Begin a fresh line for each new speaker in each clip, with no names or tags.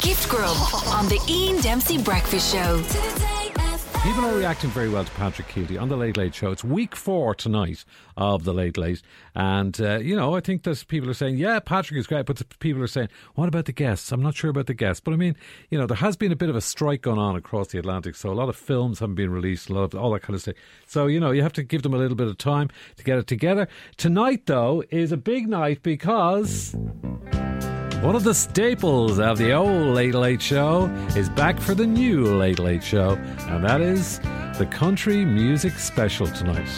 Shift Grub on the Ian Dempsey Breakfast Show.
People are reacting very well to Patrick Keelty on the Late Late Show. It's week four tonight of the Late Late, and uh, you know I think there's people are saying, "Yeah, Patrick is great," but the people are saying, "What about the guests?" I'm not sure about the guests, but I mean, you know, there has been a bit of a strike going on across the Atlantic, so a lot of films haven't been released, a lot of all that kind of stuff. So you know, you have to give them a little bit of time to get it together. Tonight, though, is a big night because. One of the staples of the old Late Late Show is back for the new Late Late Show, and that is the country music special tonight.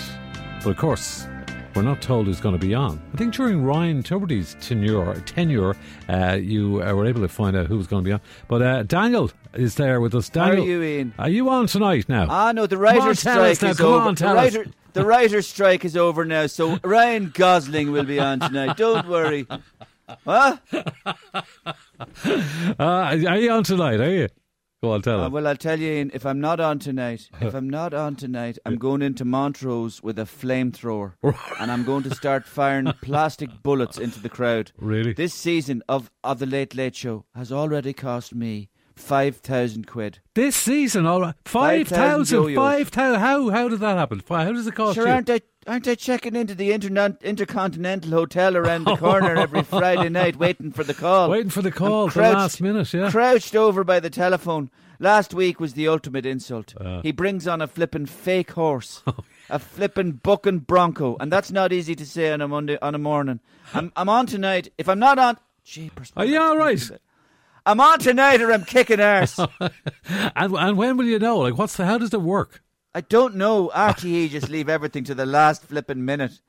But of course, we're not told who's going to be on. I think during Ryan Tuberty's tenure, tenure uh, you uh, were able to find out who was going to be on. But uh, Daniel is there with us.
are
Daniel,
you, Ian?
Are you on tonight now?
Ah, no, the
Come on,
writer's
tell us
strike
now,
is
come
over.
on,
the,
tell
writer,
us.
the writer's strike is over now, so Ryan Gosling will be on tonight. Don't worry. Huh?
Uh, are you on tonight? Are you? Go on, tell
Uh,
us.
well, I'll tell you, Ian, if I'm not on tonight, if I'm not on tonight, I'm going into Montrose with a flamethrower. and I'm going to start firing plastic bullets into the crowd.
Really?
This season of, of The Late Late Show has already cost me 5,000 quid.
This season, all right, five
5,000
thousand,
yo-yos.
five thousand. How how did that happen? Fi- How does it cost
Sure,
you?
aren't I? Aren't I checking into the interna- intercontinental hotel around the corner every Friday night, waiting for the call?
Waiting for the
I'm
call at the last minute, yeah.
crouched over by the telephone. Last week was the ultimate insult.
Uh.
he brings on a flippin' fake horse,
Oh.
a flippin' bucking bronco, and that's not easy to say on a Monday on a morning. I'm, I'm on tonight. If I'm not on, jeepers.
Are you all right?
I'm on tonight, or I'm kicking arse.
And and when will you know? Like, what's the, how does it work?
I don't know. RTE just leave everything to the last flipping minute.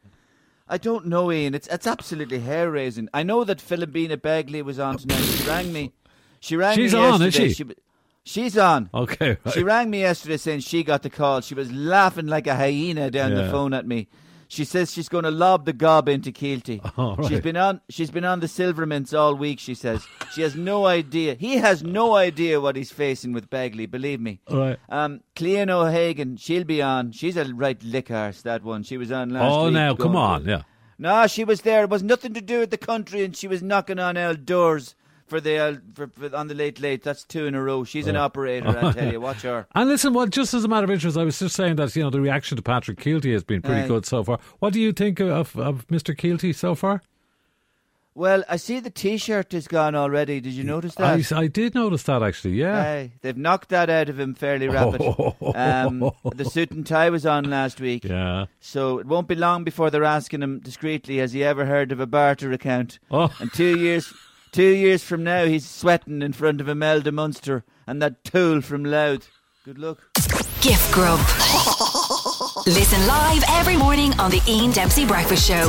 I don't know, Ian. It's it's absolutely hair raising. I know that Philomena Begley was on tonight. She rang me. She rang
She's
me
on, is
yesterday.
she?
w- she's on.
Okay, right.
She rang me yesterday saying she got the call. She was laughing like a hyena down
Yeah.
the phone at me. She says she's going to lob the gob into Keelty.
All right.
She's been on. She's been on the Silvermints all week. She says she has no idea. He has no idea what he's facing with Begley. Believe me.
All right.
Um, Clean O'Hagan, she'll be on. She's a right lickarse, that one. She was on last
oh,
week.
now come
going-
on, yeah.
No, she was there. It was nothing to do with the country, and she was knocking on old doors for the old, for, for, on the late late. That's two in a row. She's an operator, I tell you. Watch her.
And listen, well, just as a matter of interest, I was just saying that you know the reaction to Patrick Keelty has been pretty
Aye.
good so far. What do you think of of Mr. Keelty so far?
Well, I see the T-shirt is gone already. Did you notice that?
I, I did notice that actually. Yeah.
Aye, they've knocked that out of him fairly rapid. um, the suit and tie was on last week.
yeah.
So it won't be long before they're asking him discreetly, has he ever heard of a barter account?
Oh.
And two years, two years from now, he's sweating in front of Imelda Munster and that tool from Louth. Good luck.
Gift Grub. Listen live every morning on the Ian Dempsey Breakfast Show.